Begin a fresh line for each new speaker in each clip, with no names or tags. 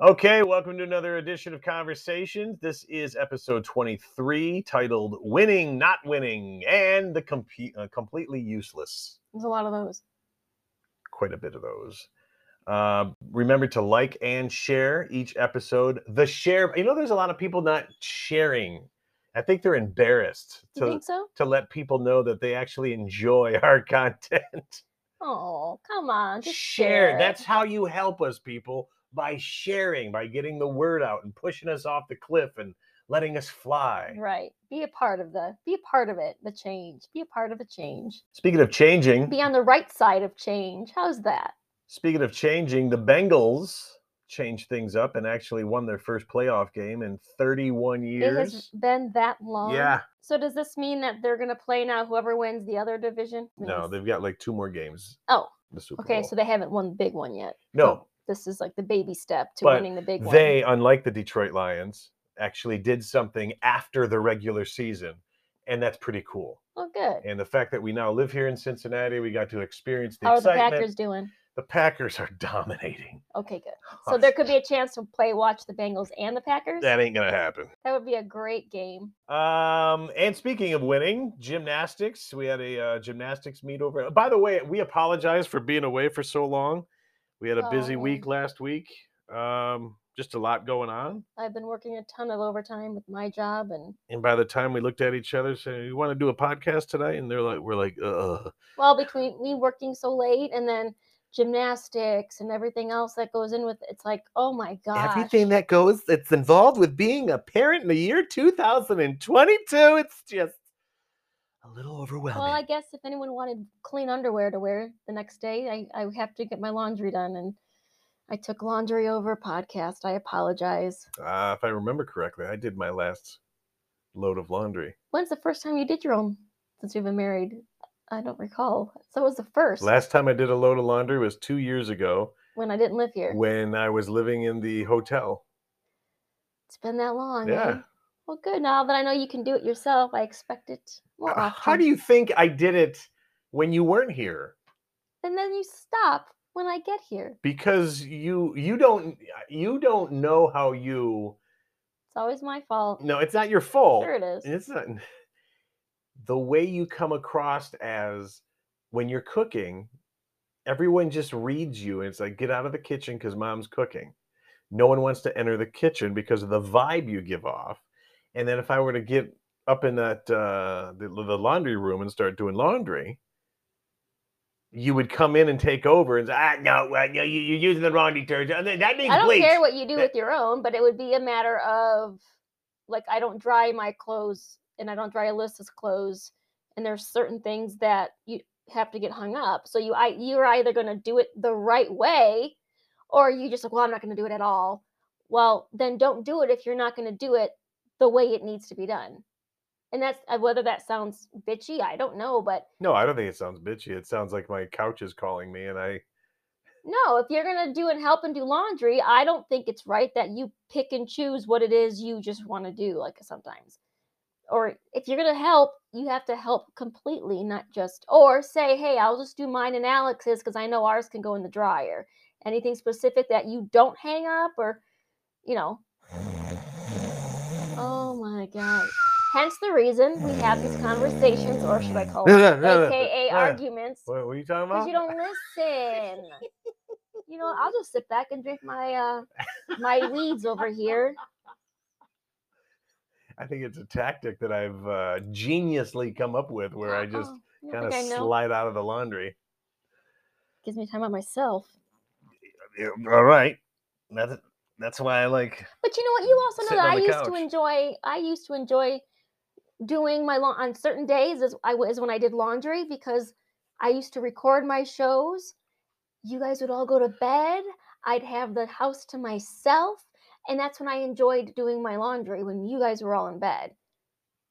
Okay, welcome to another edition of Conversations. This is episode 23, titled Winning, Not Winning, and the Compe- uh, Completely Useless.
There's a lot of those.
Quite a bit of those. Uh, remember to like and share each episode. The share, you know, there's a lot of people not sharing. I think they're embarrassed
You
to,
think so?
to let people know that they actually enjoy our content.
Oh, come on, just
share.
share.
That's how you help us, people, by sharing, by getting the word out and pushing us off the cliff and letting us fly.
right. Be a part of the. Be a part of it. The change. Be a part of a change.
Speaking of changing,
Be on the right side of change. How's that?
speaking of changing, the Bengals changed things up and actually won their first playoff game in 31
It has
years.
been that long.
Yeah.
So does this mean that they're gonna play now? Whoever wins the other division.
No,
Nice.
they've got like two more games.
Oh,
The Super
Okay,
Bowl.
so they haven't won the big one yet.
no,
This is like the baby step to
But
winning the big one.
they, unlike the Detroit Lions, actually did something after the regular season, and that's pretty cool.
Oh, good.
and the fact that we now live here in Cincinnati, we got to experience the
How are Oh, the
excitement.
Packers doing?
the Packers are dominating.
Okay, good. So there could be a chance to play, watch the Bengals and the Packers.
that ain't gonna happen.
That would be a great game.
Um, and speaking of winning, gymnastics. We had a uh, gymnastics meet over. By the way, we apologize for being away for so long. We had a busy
Oh.
week last week. Um, just a lot going on.
I've been working a ton of overtime with my job, and
And by the time we looked at each other, saying, "You want to do a podcast tonight?" and they're like, "We're like, uh."
well, between me working so late and then gymnastics and everything else that goes in with it, it's like, oh my gosh.
everything that goes that's involved with being a parent in the year 2022 it's just a little overwhelming
well, I guess if anyone wanted clean underwear to wear the next day, I, I would have to get my laundry done, and I took laundry over podcast. I apologize.
uh, if i remember correctly i did my last load of laundry
When's the first time you did your own since you've been married? I don't recall. So it was the first
last time i did a load of laundry was two years ago
when I didn't live here.
when i was living in the hotel
It's been that long. eh?
Yeah.
Well, good. Now that I know you can do it yourself, I expect it more
Uh,
often.
how do you think i did it when you weren't here
And then you stop when I get here.
because you you don't you don't know how you
It's always my fault.
no it's not your fault
There it is.
it's not the way you come across as when you're cooking everyone just reads you and it's like get out of the kitchen because mom's cooking no one wants to enter the kitchen because of the vibe you give off and then if i were to get up in that uh, the, the laundry room and start doing laundry you would come in and take over and say ah, no well, you, you- you're using the wrong detergent that that needs
I don't
bleach
care what you do
That-
with your own, but it would be a matter of like I don't dry my clothes and I don't dry Alyssa's clothes, and there's certain things that you have to get hung up. So you I you're either gonna do it the right way, or you just like, well, I'm not gonna do it at all. Well, then don't do it if you're not gonna do it the way it needs to be done. And that's uh, whether that sounds bitchy, I don't know, but
no i don't think it sounds bitchy it sounds like my couch is calling me and i
No, if you're gonna do and help and do laundry, I don't think it's right that you pick and choose what it is you just want to do, like sometimes. Or if you're gonna help, you have to help completely, not just or say, hey, I'll just do mine and Alex's because I know ours can go in the dryer. Anything specific that you don't hang up or you know. Oh my god. Hence the reason we have these conversations, or should I call it AKA arguments.
What, what are you talking about?
Because you don't listen. you know, I'll just sit back and drink my uh my weeds over here.
I think it's a tactic that I've uh, geniusly come up with where I just
Uh-uh. You
kind
don't
of
think I know.
slide out of the laundry.
Gives me time on myself.
Yeah, all right. That's, that's why I like.
But you know what? You also know
Sitting
that
on
I
the
used to
couch.
enjoy. I used to enjoy doing my lawn on certain days. Is I was when I did laundry because I used to record my shows. You guys would all go to bed. I'd have the house to myself, and that's when I enjoyed doing my laundry when you guys were all in bed.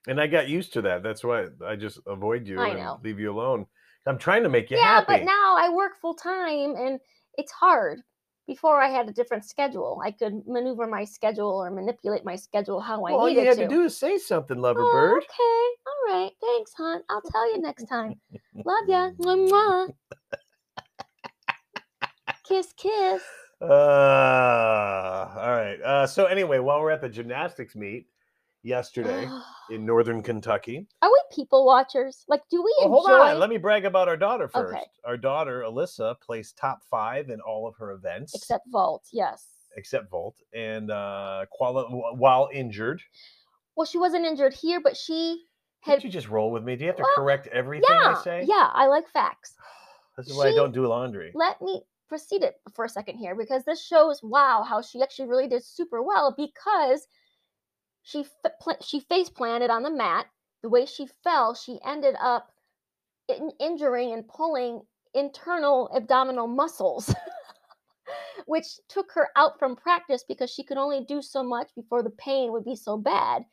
And I got used to that. That's why I just avoid you
I
and
know.
leave you alone. I'm trying to make you
yeah,
happy.
but now I work full time and it's hard. Before I had a different schedule, I could maneuver my schedule or manipulate my schedule how I
all
needed
you had to. do is say something, lover bird.
Oh, okay, all right, thanks, hon. I'll tell you next time. Love ya. Mwah, mwah. kiss, kiss.
Uh, all right. Uh, so anyway, while we're at the gymnastics meet yesterday in Northern Kentucky,
Are we people watchers? Like, do we
Oh,
enjoy?
hold on. Let me brag about our daughter first.
Okay.
Our daughter Alyssa placed top five in all of her events
Except Vault, yes.
except Volt, and uh, quali- wh- while injured.
Well, she wasn't injured here, but she
Did
had.
you just roll with me? Do you have to
Well,
correct everything
Yeah,
I say?
yeah. I like facts.
This is why I
she-
don't do laundry.
Let me proceed it for a second here because this shows wow how she actually really did super well because she f- pla- she face planted on the mat. The way she fell, she ended up in- injuring and pulling internal abdominal muscles. Which took her out from practice because she could only do so much before the pain would be so bad.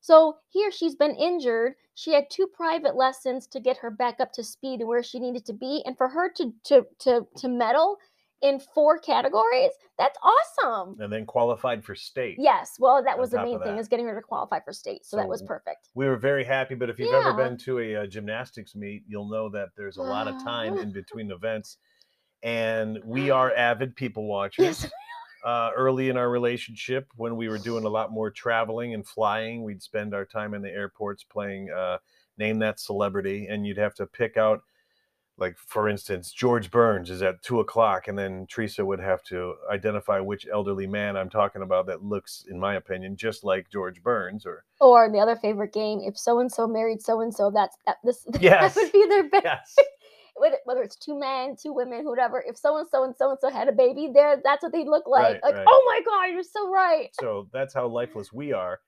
So here she's been injured. She had two private lessons to get her back up to speed and where she needed to be. And for her to to to to medal in four categories, that's awesome.
And then qualified for state.
Yes. Well, that
On
was the
top of
main thing
that.
is getting her to qualify for state. So, that was
So,
perfect.
We were very happy, but if you've ever
Yeah.
been to a, uh gymnastics meet, you'll know that there's a lot of time in between events. And we are avid people watchers.
Yes.
uh, early in our relationship when we were doing a lot more traveling and flying. We'd spend our time in the airports playing uh, Name That Celebrity, and you'd have to pick out, like, for instance, George Burns is at two o'clock, and then Teresa would have to identify which elderly man I'm talking about that looks, in my opinion, just like George Burns. Or,
Or the other favorite game, if so and so married so and so, that's that this
Yes.
that would be their best.
yes.
whether- whether it's two men, two women, whatever. If so and so and so and so had a baby, there, that's what they look like.
Right,
like,
right.
oh my god, you're so right.
So that's how lifeless we are.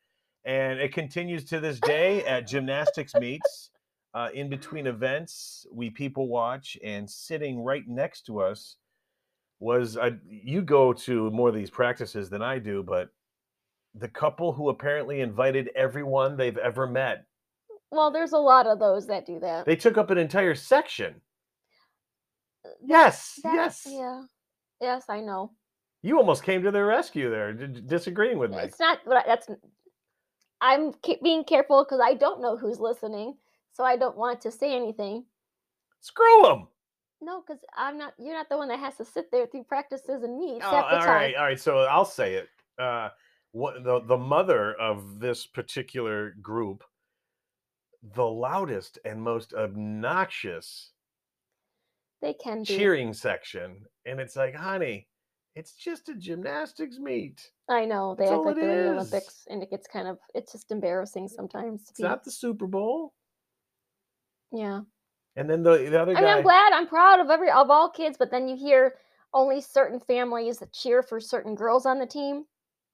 And it continues to this day at gymnastics meets. Uh, in between events, we people watch, and sitting right next to us was I, you go to more of these practices than I do, but the couple who apparently invited everyone they've ever met.
Well, there's a lot of those that do that.
They took up an entire section. Yes,
Uh, That-
yes.
Yeah. Yes, I know.
You almost came to their rescue there, d- d- disagreeing with me.
It's not. but That's. I'm ca- being careful because I don't know who's listening, so I don't want to say anything.
Screw them.
No, because I'm not. You're not the one that has to sit there through practices and meets
Oh,
half the
all
time.
right, all right. So I'll say it. Uh, what the the mother of this particular group, the loudest and most obnoxious
They can be.
cheering section, and it's like, honey, it's just a gymnastics meet.
I know they
That's
act
all
like
it
they're in the
is.
Olympics, and it gets kind of. It's just embarrassing sometimes. to
It's
be-
not the Super Bowl.
yeah.
And then the, the other
I mean,
guy,
I'm glad. I'm proud of every of all kids, but then you hear only certain families that cheer for certain girls on the team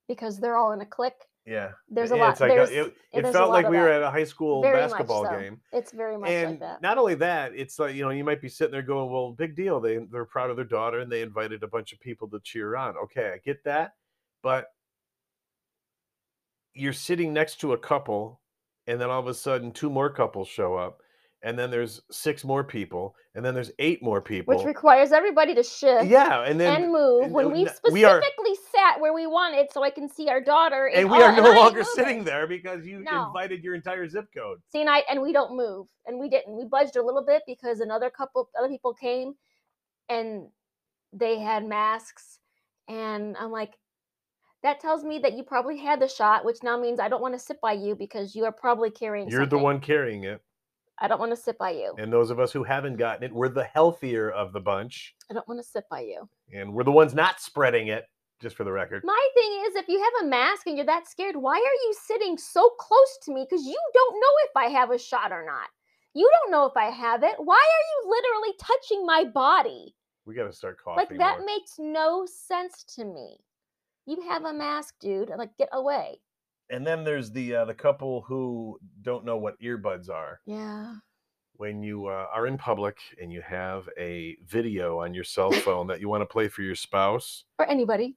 because they're all in a clique.
yeah,
There's a
yeah,
lot.
It's like uh,
there's,
it, it
there's a
felt
lot
like
of
we were at
that.
a high school
Very much
basketball
so.
game.
It's very much
and
like that.
not only that, it's like you know you might be sitting there going, "Well, big deal. They they're proud of their daughter and they invited a bunch of people to cheer on." Okay, I get that, but you're sitting next to a couple, and then all of a sudden, two more couples show up, and then there's six more people, and then there's eight more people.
Which requires everybody to shift
yeah, and then
and move
and
when
no-
we
no-
specifically
we are-
sat where we wanted so I can see our daughter.
and
in
we
all-
are no
I ain't
longer
moving.
sitting there because you
No.
invited your entire zip code.
See, and I and we don't move, and we didn't. We budged a little bit because another couple, other people came, and they had masks, and I'm like, that tells me that you probably had the shot, which now means I don't want to sit by you because you are probably carrying.
You're the
something.
one carrying it,
I don't want to sit by you.
and those of us who haven't gotten it, we're the healthier of the bunch.
I don't want to sit by you.
and we're the ones not spreading it just for the record
My thing is, if you have a mask and you're that scared, why are you sitting so close to me? Because you don't know if I have a shot or not. You don't know if I have it. Why are you literally touching my body?
we got to start coughing
like that
more.
makes no sense to me you have
Mm-hmm.
a mask dude and, like get away
and then there's the uh, the couple who don't know what earbuds are
yeah
when you uh, are in public and you have a video on your cell phone that you want to play for your spouse
or anybody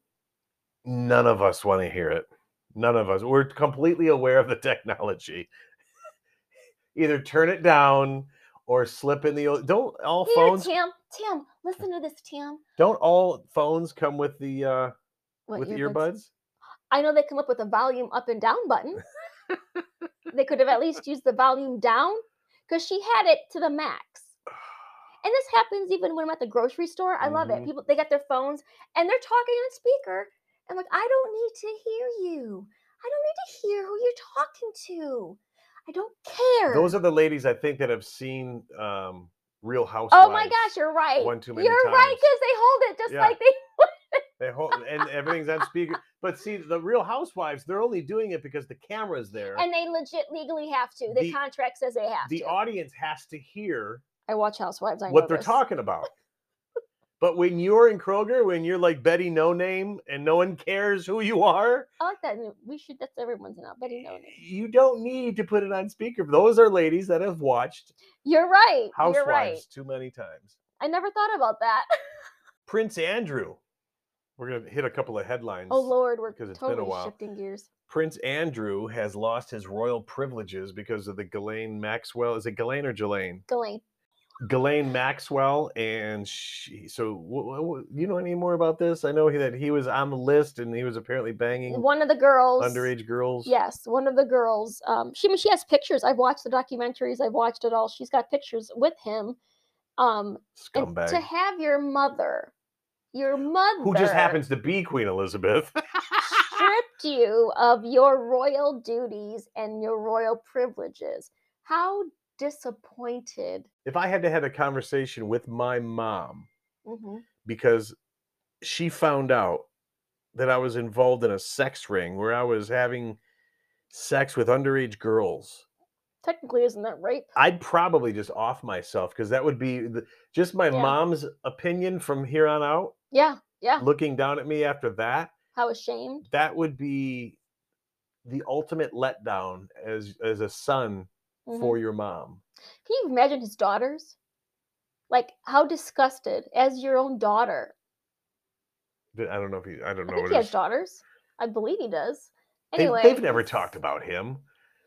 none of us want to hear it none of us we're completely aware of the technology either turn it down or slip in the old don't all
Here,
phones
tim tim listen to this tim
don't all phones come with the uh
What,
with earbuds
i know they come up with a volume up and down button they could have at least used the volume down because she had it to the max and this happens even when I'm at the grocery store. I love it.
Mhm.
People they got their phones and they're talking on speaker. And like, I don't need to hear you. I don't need to hear who you're talking to. I don't care.
Those are the ladies I think that have seen um, Real Housewives.
oh my gosh, you're right.
one too many
you're right
times.
because they hold it just
Yeah.
like they.
They hold, and everything's on speaker. But see, the Real Housewives, they're only doing it because the camera's there.
And they legit legally have to. The,
The-
contract says they have
the
to.
audience has to hear
I watch Housewives. I know
what they're
this.
talking about. But when you're in Kroger, when you're like Betty No Name and no one cares who you are,
I like that. new- We should. That's everyone's now. Betty knows.
you don't need to put it on speaker. Those are ladies that have watched
You're right.
Housewives
You're right.
too many times.
I never thought about that. Oh
Prince Andrew. We're going to hit a couple of headlines.
Oh Lord, we're
because it's been a
totally
while.
shifting gears.
Prince Andrew has lost his royal privileges because of the Ghislaine Maxwell. Is it Ghislaine or Ghislaine?
Ghislaine.
Ghislaine Maxwell. And she, so wh- wh- wh- you know any more about this? I know he- that he was on the list and he was apparently banging
One of the girls.
underage girls.
Yes, one of the girls. Um, she I mean, she has pictures. I've watched the documentaries. I've watched it all. She's got pictures with him. Um, and
Scumbag.
to have your mother, your mother,
Who just happens to be Queen Elizabeth.
stripped you of your royal duties and your royal privileges. How disappointed.
if I had to have a conversation with my mom
hmm
because she found out that I was involved in a sex ring where I was having sex with underage girls.
Technically, isn't that rape?
I'd probably just off myself because that would be the, just my
Yeah.
mom's opinion from here on out.
Yeah, yeah.
Looking down at me after that,
How ashamed.
that would be the ultimate letdown as as a son
Mhm.
for your mom.
Can you imagine his daughters? Like how disgusted as your own daughter.
Th- I don't know if he, I don't
I
know
think
what
he
it
has
is.
daughters. I believe he does.
They-
Anyway,
they've never talked about him.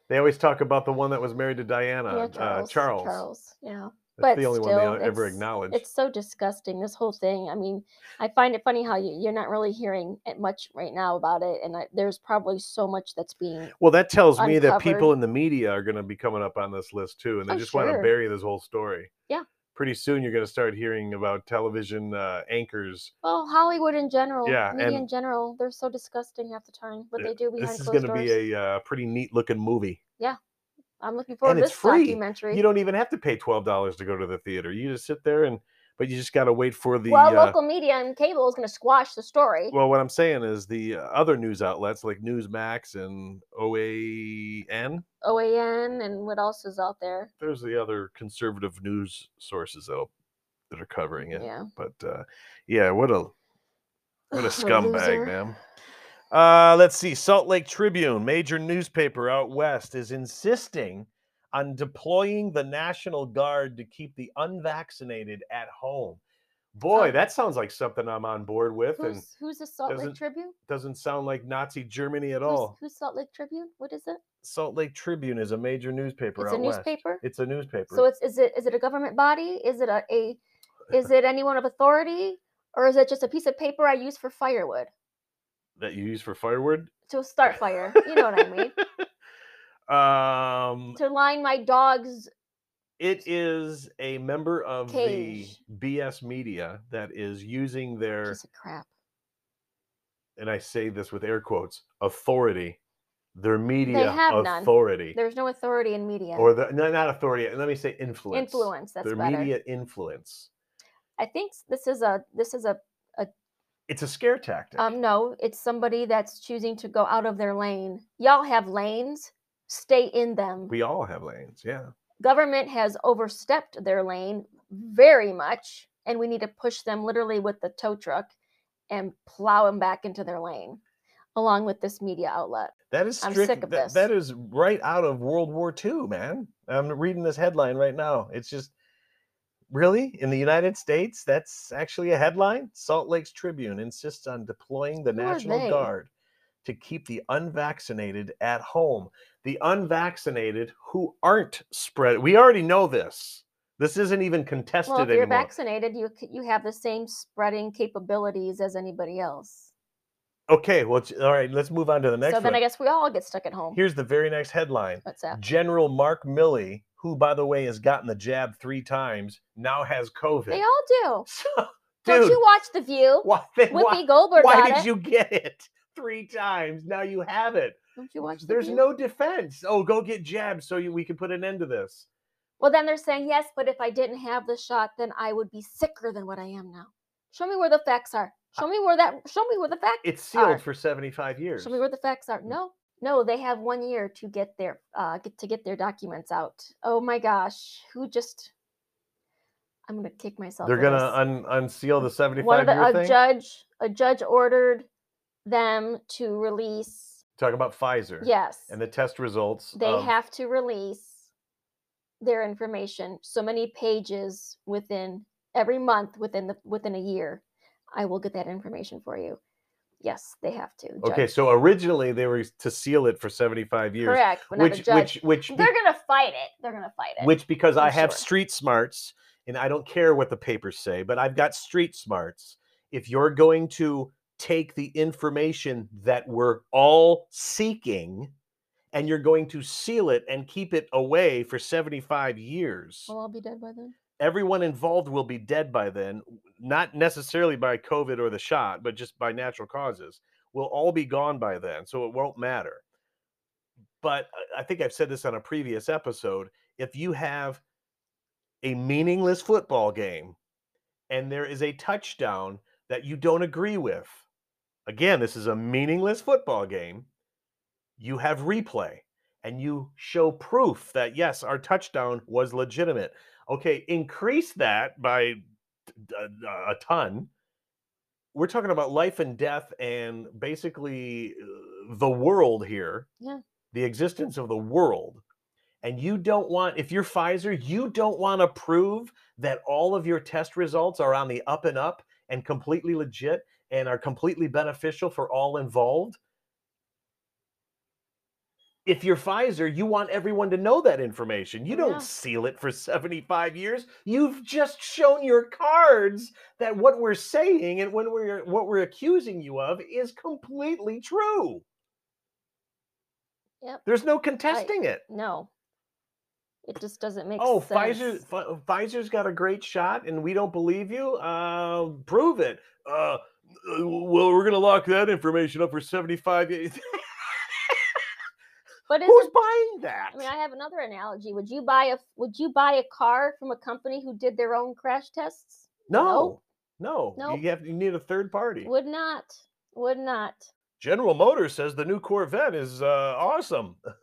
They always talk about the one that was married to Diana,
yeah,
Uh, Charles.
Charles. Yeah,
That's
But
the only
still,
one they ever
it's-
acknowledge.
it's so disgusting. This whole thing. I mean, I find it funny how you, you're not really hearing it much right now about it, and I, there's probably so much that's being.
Well, that tells me that people
uncovered.
in the media are going to be coming up on this list too, and they
Oh,
just want to
sure.
bury this whole story.
Yeah.
Pretty soon, you're going to start hearing about television uh, anchors.
Well, Hollywood in general,
Yeah,
media in
and-
general, they're so disgusting half the time. What
Yeah,
they do behind
this is
closed
going to
doors.
be a uh, pretty neat looking movie.
I'm looking forward
and
to
it's
this
free.
documentary.
You don't even have to pay twelve dollars to go to the theater. You just sit there and, but you just got to wait for the.
well,
uh,
local media and cable is going to squash the story.
well, what I'm saying is the uh, other news outlets like Newsmax and OAN.
OAN and what else is out there?
There's the other conservative news sources that'll, that are covering it.
Yeah.
But uh, yeah, what a what a
Ugh,
scumbag,
loser.
man. Uh, let's see. Salt Lake Tribune, major newspaper out west, is insisting on deploying the National Guard to keep the unvaccinated at home. Boy,
Oh.
that sounds like something I'm on board with, and
Who's, who's the Salt Lake
doesn't-
Tribune?
doesn't sound like Nazi Germany at
Who's,
all.
who's Salt Lake Tribune? What is it?
Salt Lake Tribune is a major newspaper
It's a
out west.
newspaper.
It's a newspaper.
So it's is it is it a government body? Is it a, a is it anyone of authority? Or is it just a piece of paper I use for firewood
that you use for firewood.
to start fire? You know what I mean?
Um,
To line my dog's
It is a member of
Cage.
the BS media that is using their,
piece of crap.
and I say this with air quotes, authority, their media
have none.
authority,
There's no authority in media.
or the no, not authority. Let me say influence.
influence. That's
their
better.
media influence.
I think s- this is a this is a
It's a scare tactic.
Um, no, it's somebody that's choosing to go out of their lane. Y'all have lanes, stay in them.
we all have lanes, yeah.
Government has overstepped their lane very much, and we need to push them literally with the tow truck and plow them back into their lane, along with this media outlet.
That is
I'm
strict.
sick of
that-
this.
that is right out of World War II, man. I'm reading this headline right now. It's just really in the United States. That's actually a headline. Salt Lake's Tribune insists on deploying the
Who are
National
they?
Guard to keep the unvaccinated at home. The unvaccinated who aren't spread. We already know this. This isn't even contested
Well, if you're
anymore.
vaccinated, you c- you have the same spreading capabilities as anybody else.
okay. Well, j- all right. Let's move on to the next
so then
one.
I guess we all get stuck at home.
Here's the very next headline.
What's that?
General Mark Milley, who, by the way, has gotten the jab three times, now has COVID.
They all do.
So,
Don't
dude,
you watch The View?
why, then
Whoopi
why,
Goldberg
why
got
did
it.
you get it three times? Now you have it.
Don't you watch The
There's
View?
no defense. Oh, go get jabbed so you, we can put an end to this.
Well, then they're saying, yes, but if I didn't have the shot, then I would be sicker than what I am now. Show me where the facts are.
Uh,
Show me where that, show me where the facts
It's sealed
Are.
for 75 years. Mm-hmm.
show me where the facts are. No, no, they have one year to get their, uh, get, to get their documents out. Oh my gosh. Who just, I'm going to kick myself.
They're
for
going
this.
to un- unseal the 75
one of the,
year
a
thing.
judge, a judge ordered them to release.
Talk about Pfizer
Yes.
and the test results.
they
of-
have to release their information so many pages within every month within the within a year i will get that information for you yes they have to
Okay,
judge.
so originally they were to seal it for 75 years,
correct but not a
which
judge
which which be-
they're gonna fight it they're gonna fight it
which because i
I'm
have
sure.
street smarts and I don't care what the papers say, but I've got street smarts. If you're going to take the information that we're all seeking and you're going to seal it and keep it away for 75 years,
well i'll be dead by then
everyone involved will be dead by then, w- not necessarily by COVID or the shot, but just by natural causes. We'll all be gone by then, so it won't matter. But I- I think I've said this on a previous episode. If you have a meaningless football game and there is a touchdown that you don't agree with, again, this is a meaningless football game, you have replay and you show proof that, yes, our touchdown was legitimate okay increase that by d- a a ton we're talking about life and death and basically uh, the world here
Yeah.
the existence of the world and you don't want if you're pfizer you don't want to prove that all of your test results are on the up and up and completely legit and are completely beneficial for all involved if you're Pfizer, you want everyone to know that information. You don't
Oh, Yeah.
seal it for 75 years. You've just shown your cards that what we're saying and when we're what we're accusing you of is completely true.
Yep.
There's no contesting it.
no it just doesn't make
Oh,
sense
Pfizer Pfi- Pfizer's got a great shot and we don't believe you. Uh, prove it. Uh, well, we're going to lock that information up for 75 years.
but is
Who's buying that?
I mean, I have another analogy. Would you buy a would you buy a car from a company who did their own crash tests?
No. No.
Nope.
You have you need a third party.
Would not. Would not.
General Motors says the new Corvette is uh, awesome.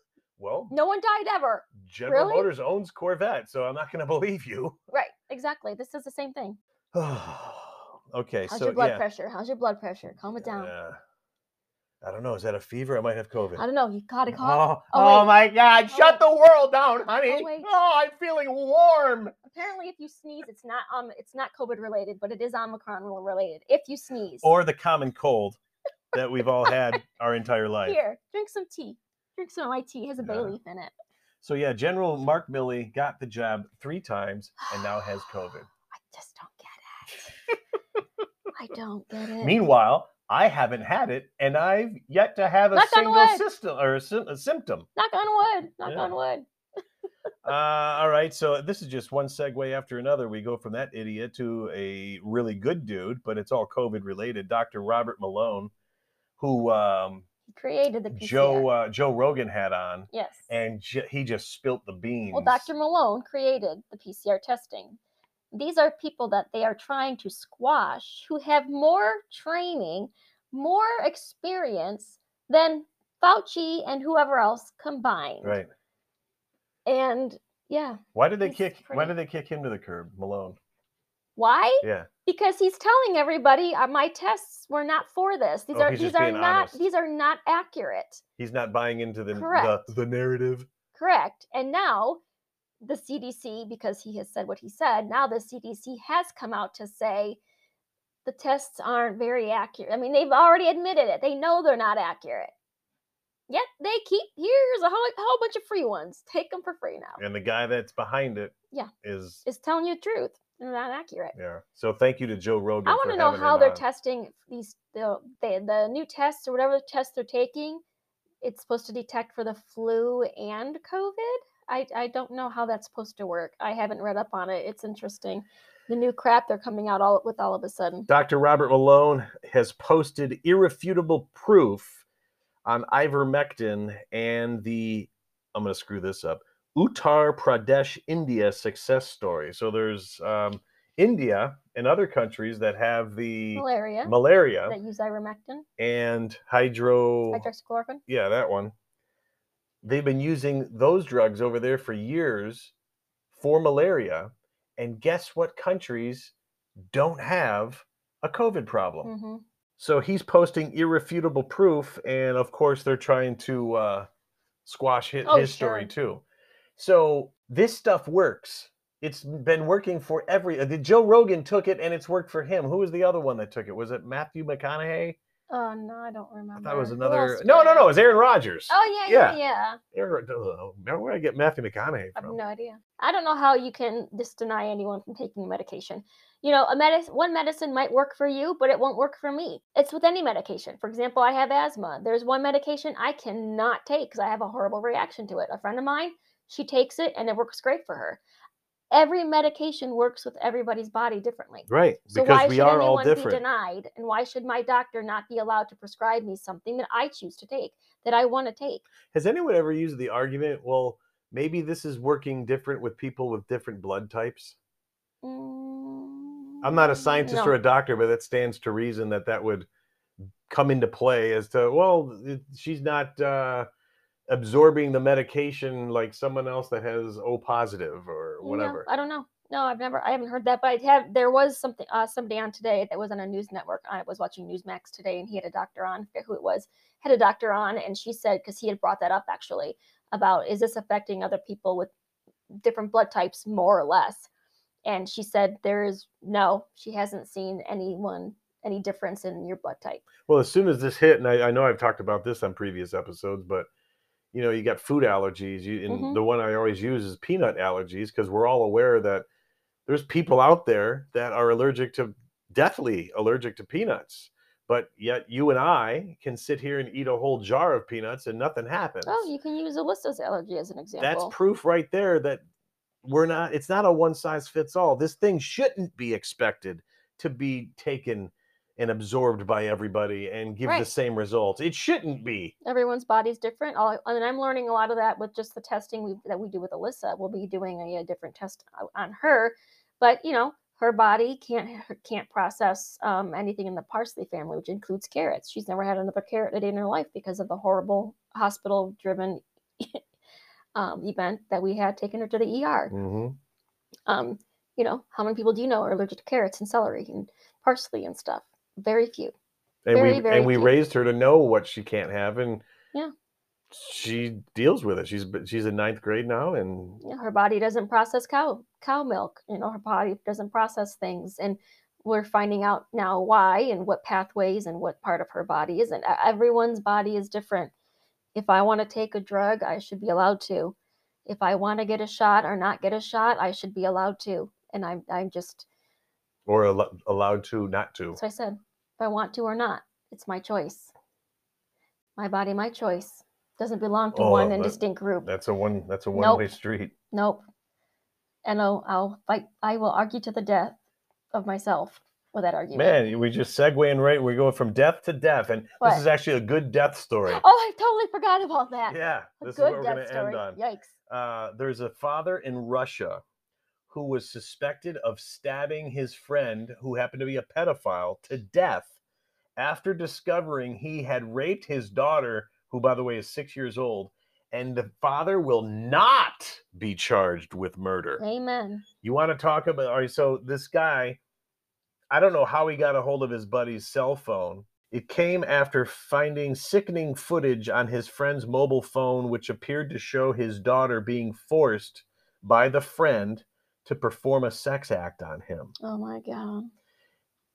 Well,
No one died ever.
General
really?
Motors owns Corvette, so I'm not going to believe you.
Right. Exactly. This is the same thing.
okay,
How's
so
your blood
yeah,
pressure? How's your blood pressure? Calm it down.
uh, I don't know. Is that a fever? I might have COVID.
I don't know. You caught a cough?
Oh,
Oh,
oh
wait.
my God!
Oh,
Shut
wait.
the world down, honey.
wait.
oh, I'm feeling warm.
Apparently, if you sneeze, it's not um, it's not COVID related, but it is Omicron related. If you sneeze,
Or the common cold that we've all had our entire life.
here, drink some tea. Drink some of my tea. It has a bay
Yeah.
leaf in it.
So yeah, General Mark Milley got the job three times and now has COVID.
I just don't get it. I don't get it.
Meanwhile, I haven't had it, and I've yet to have a
Knock on
single
wood.
system or a, sym- a symptom.
Knock on wood. Knock
Yeah.
on wood.
Uh, all right, so this is just one segue after another. We go from that idiot to a really good dude, but it's all COVID related. Dr. Robert Malone, who um,
He created the PCR.
Joe uh, Joe Rogan had on,
yes.
and j- he just spilt the beans.
Well, Dr. Malone created the PCR testing. These are people that they are trying to squash who have more training, more experience than Fauci and whoever else combined.
Right?
And yeah,
Why did they
He's
kick? Why
pretty-
did they kick him to the curb, Malone?
why?
Yeah,
Because he's telling everybody "Uh, my tests were not for this. These
Oh,
are
he's
these
just
are
being
not
honest.
these are not accurate.
he's not buying into the the,
Correct.
the narrative.
Correct. And now the CDC, because he has said what he said, now the CDC has come out to say the tests aren't very accurate. I mean, they've already admitted it. They know they're not accurate. Yet they keep here's a whole, whole bunch of free ones. Take them for free now.
and the guy that's behind it
Yeah.
is
It's telling you the truth. They're not accurate.
yeah so thank you to joe rogan
I want
for
to know
having
how
him
they're
on.
testing these the, the the new tests or whatever tests they're taking. It's supposed to detect for the flu and COVID. I, I don't know how that's supposed to work. I haven't read up on it. It's interesting. The new crap they're coming out all with all of a sudden.
Dr. Robert Malone has posted irrefutable proof on ivermectin and the, I'm going to screw this up, Uttar Pradesh, India success story. So there's um, India and other countries that have the
Malaria
malaria
that use ivermectin,
and hydro.
hydroxychloroquine.
Yeah, that one. They've been using those drugs over there for years for malaria. And guess what countries don't have a COVID problem?
hmm
So he's posting irrefutable proof, and of course they're trying to uh, squash his,
Oh,
his story too. So this stuff works. It's been working for every. Uh, the Joe Rogan took it, and it's worked for him. Who was the other one that took it? Was it Matthew McConaughey?
Oh no, I don't
I
remember.
thought it was
Who
another.
else
No,
did
no,
it?
no. It was Aaron Rodgers.
Oh yeah,
Yeah.
yeah, yeah.
Aaron, Rod- uh, where did I get Matthew McConaughey
I have
from?
no idea. I don't know how you can just deny anyone from taking medication. You know, a medicine one medicine might work for you, but it won't work for me. It's with any medication. For example, I have asthma. There's one medication I cannot take because I have a horrible reaction to it. A friend of mine, she takes it and it works great for her. Every medication works with everybody's body differently.
Right,
So why
because we
should
are all
anyone be
different.
denied? And why should my doctor not be allowed to prescribe me something that I choose to take, that I want to take?
Has anyone ever used the argument? Well, maybe this is working different with people with different blood types. I'm not a
Mm,
scientist
no.
or a doctor, but that stands to reason that that would come into play as to well, it- she's not uh, absorbing the medication like someone else that has O positive or
No,
whatever.
I don't know. No, I've never, I haven't heard that, but I have, there was something, uh, somebody on today that was on a news network. I was watching Newsmax today and he had a doctor on, I forget who it was, had a doctor on and she said, because he had brought that up actually, about is this affecting other people with different blood types more or less? And she said, there is no, she hasn't seen anyone, any difference in your blood type.
Well, as soon as this hit, and I, I know I've talked about this on previous episodes, but you know, you got food allergies. You, and
Mhm.
the one I always use is peanut allergies because we're all aware that there's people out there that are allergic to, deathly allergic to peanuts. But yet, you and I can sit here and eat a whole jar of peanuts and nothing happens.
Oh, you can use Alyssa's allergy as an
That's
example.
proof right there that we're not, it's not a one size fits all. This thing shouldn't be expected to be taken and absorbed by everybody and give the
Right.
same results. It shouldn't be.
everyone's body's different. All, I mean, I'm learning a lot of that with just the testing we, that we do with Alyssa. We'll be doing a, a different test o- on her, but you know, her body can't her- can't process um, anything in the parsley family, which includes carrots. She's never had another carrot a day in her life because of the horrible hospital-driven um, event that we had taken her to the ER.
Mm-hmm.
Um, you know, how many people do you know are allergic to carrots and celery and parsley and stuff? Very few.
and
Very,
we
very
and we
few.
raised her to know what she can't have and
Yeah.
she deals with it she's b- she's in ninth grade now and
you know, her body doesn't process cow cow milk you know her body doesn't process things and we're finding out now why and what pathways and what part of her body isn't E- everyone's body is different if i want to take a drug i should be allowed to if i want to get a shot or not get a shot i should be allowed to and i'm i'm just
or al- allowed to not to
so i said if i want to or not it's my choice my body my choice doesn't belong to
Oh,
one
that-
indistinct group
that's a one that's a
Nope.
one way street
Nope. And I'll, I'll fight. I will argue to the death of myself with that argument.
man we're just segueing right we're going from death to death and
What?
this is actually a good death story
Oh, I totally forgot about that.
yeah
A
this is
good
what we're
death
going to
story.
end on
Yikes.
uh, there's a father in russia who was suspected of stabbing his friend who happened to be a pedophile to death after discovering he had raped his daughter, who, by the way, is six years old, and the father will not be charged with murder.
Amen.
You want to talk about? All right, so this guy, I don't know how he got a hold of his buddy's cell phone. It came after finding sickening footage on his friend's mobile phone, which appeared to show his daughter being forced by the friend to perform a sex act on him
Oh my God.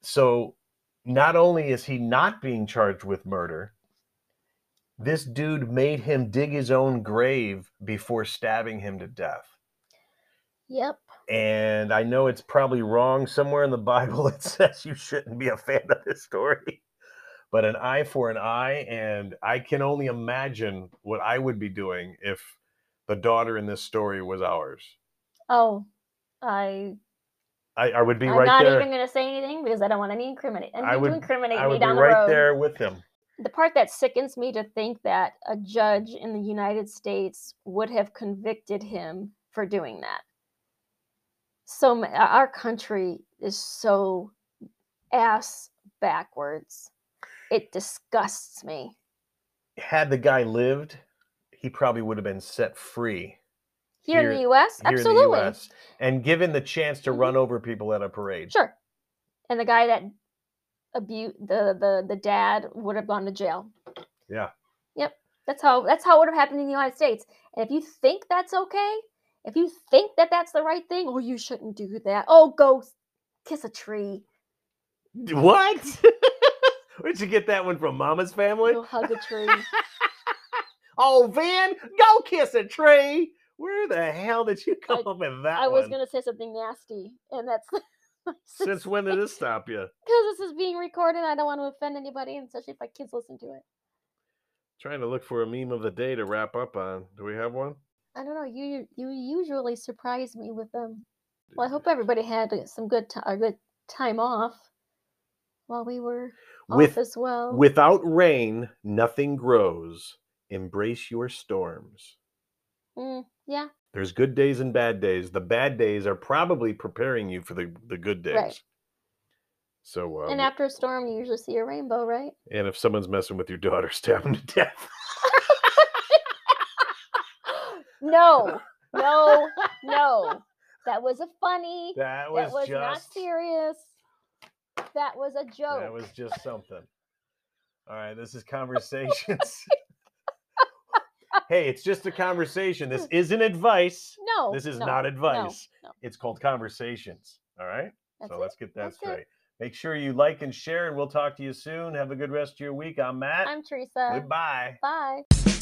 so not only is he not being charged with murder this dude made him dig his own grave before stabbing him to death
Yep.
and i know it's probably wrong somewhere in the bible it says you shouldn't be a fan of this story but an eye for an eye and i can only imagine what i would be doing if the daughter in this story was ours.
Oh, I
I, I would be
I'm
right
Uh, not
there.
even going to say anything because I don't want any incriminate
I
anything
would-
to incriminate
I
me
would be
down the
right
road.
there with him.
The part that sickens me to think that a judge in the United States would have convicted him for doing that. So ma- our our country is so ass backwards. It disgusts me.
Had the guy lived, he probably would have been set free
Here, in
Here-
the U.S.,
here in
absolutely,
the U.S. and given the chance to
Mhm.
run over people at a parade.
sure. And the guy that abused the the the dad would have gone to jail.
Yeah.
Yep. That's how that's how it would have happened in the United States. And if you think that's okay, if you think that that's the right thing, oh, you shouldn't do that. Oh, go s- kiss a tree.
What? Where'd you get that one from? Mama's family?
Go hug a tree.
Oh, Van, go kiss a tree. Where the hell did you come up with that
I was
one?
gonna say something nasty, and that's
Since when did this stop you?
because this is being recorded. I don't want to offend anybody, and especially if my kids listen to it.
Trying to look for a meme of the day to wrap up on. Do we have one?
I don't know. You you usually surprise me with um, them. Well, I hope everybody had uh, some good ti a good time off while we were off
With
as well.
without rain, nothing grows. Embrace your storms.
Mm, yeah,
There's good days and bad days. The bad days are probably preparing you for the, the good days.
Right.
So uh,
and after a storm, you usually see a rainbow, right?
and if someone's messing with your daughter, stab them to death.
no, no, no. That was a funny. That
That was,
was, not
just
serious. That was a joke.
That was just something. All right, this is conversations. hey, it's just a conversation. This isn't advice.
no,
This is
no,
not advice.
no.
It's called conversations. All right?
That's
so
it.
let's get that
That's it.
straight. Make sure you like and share, and we'll talk to you soon. Have a good rest of your week. I'm Matt.
I'm Teresa.
Goodbye.
Bye.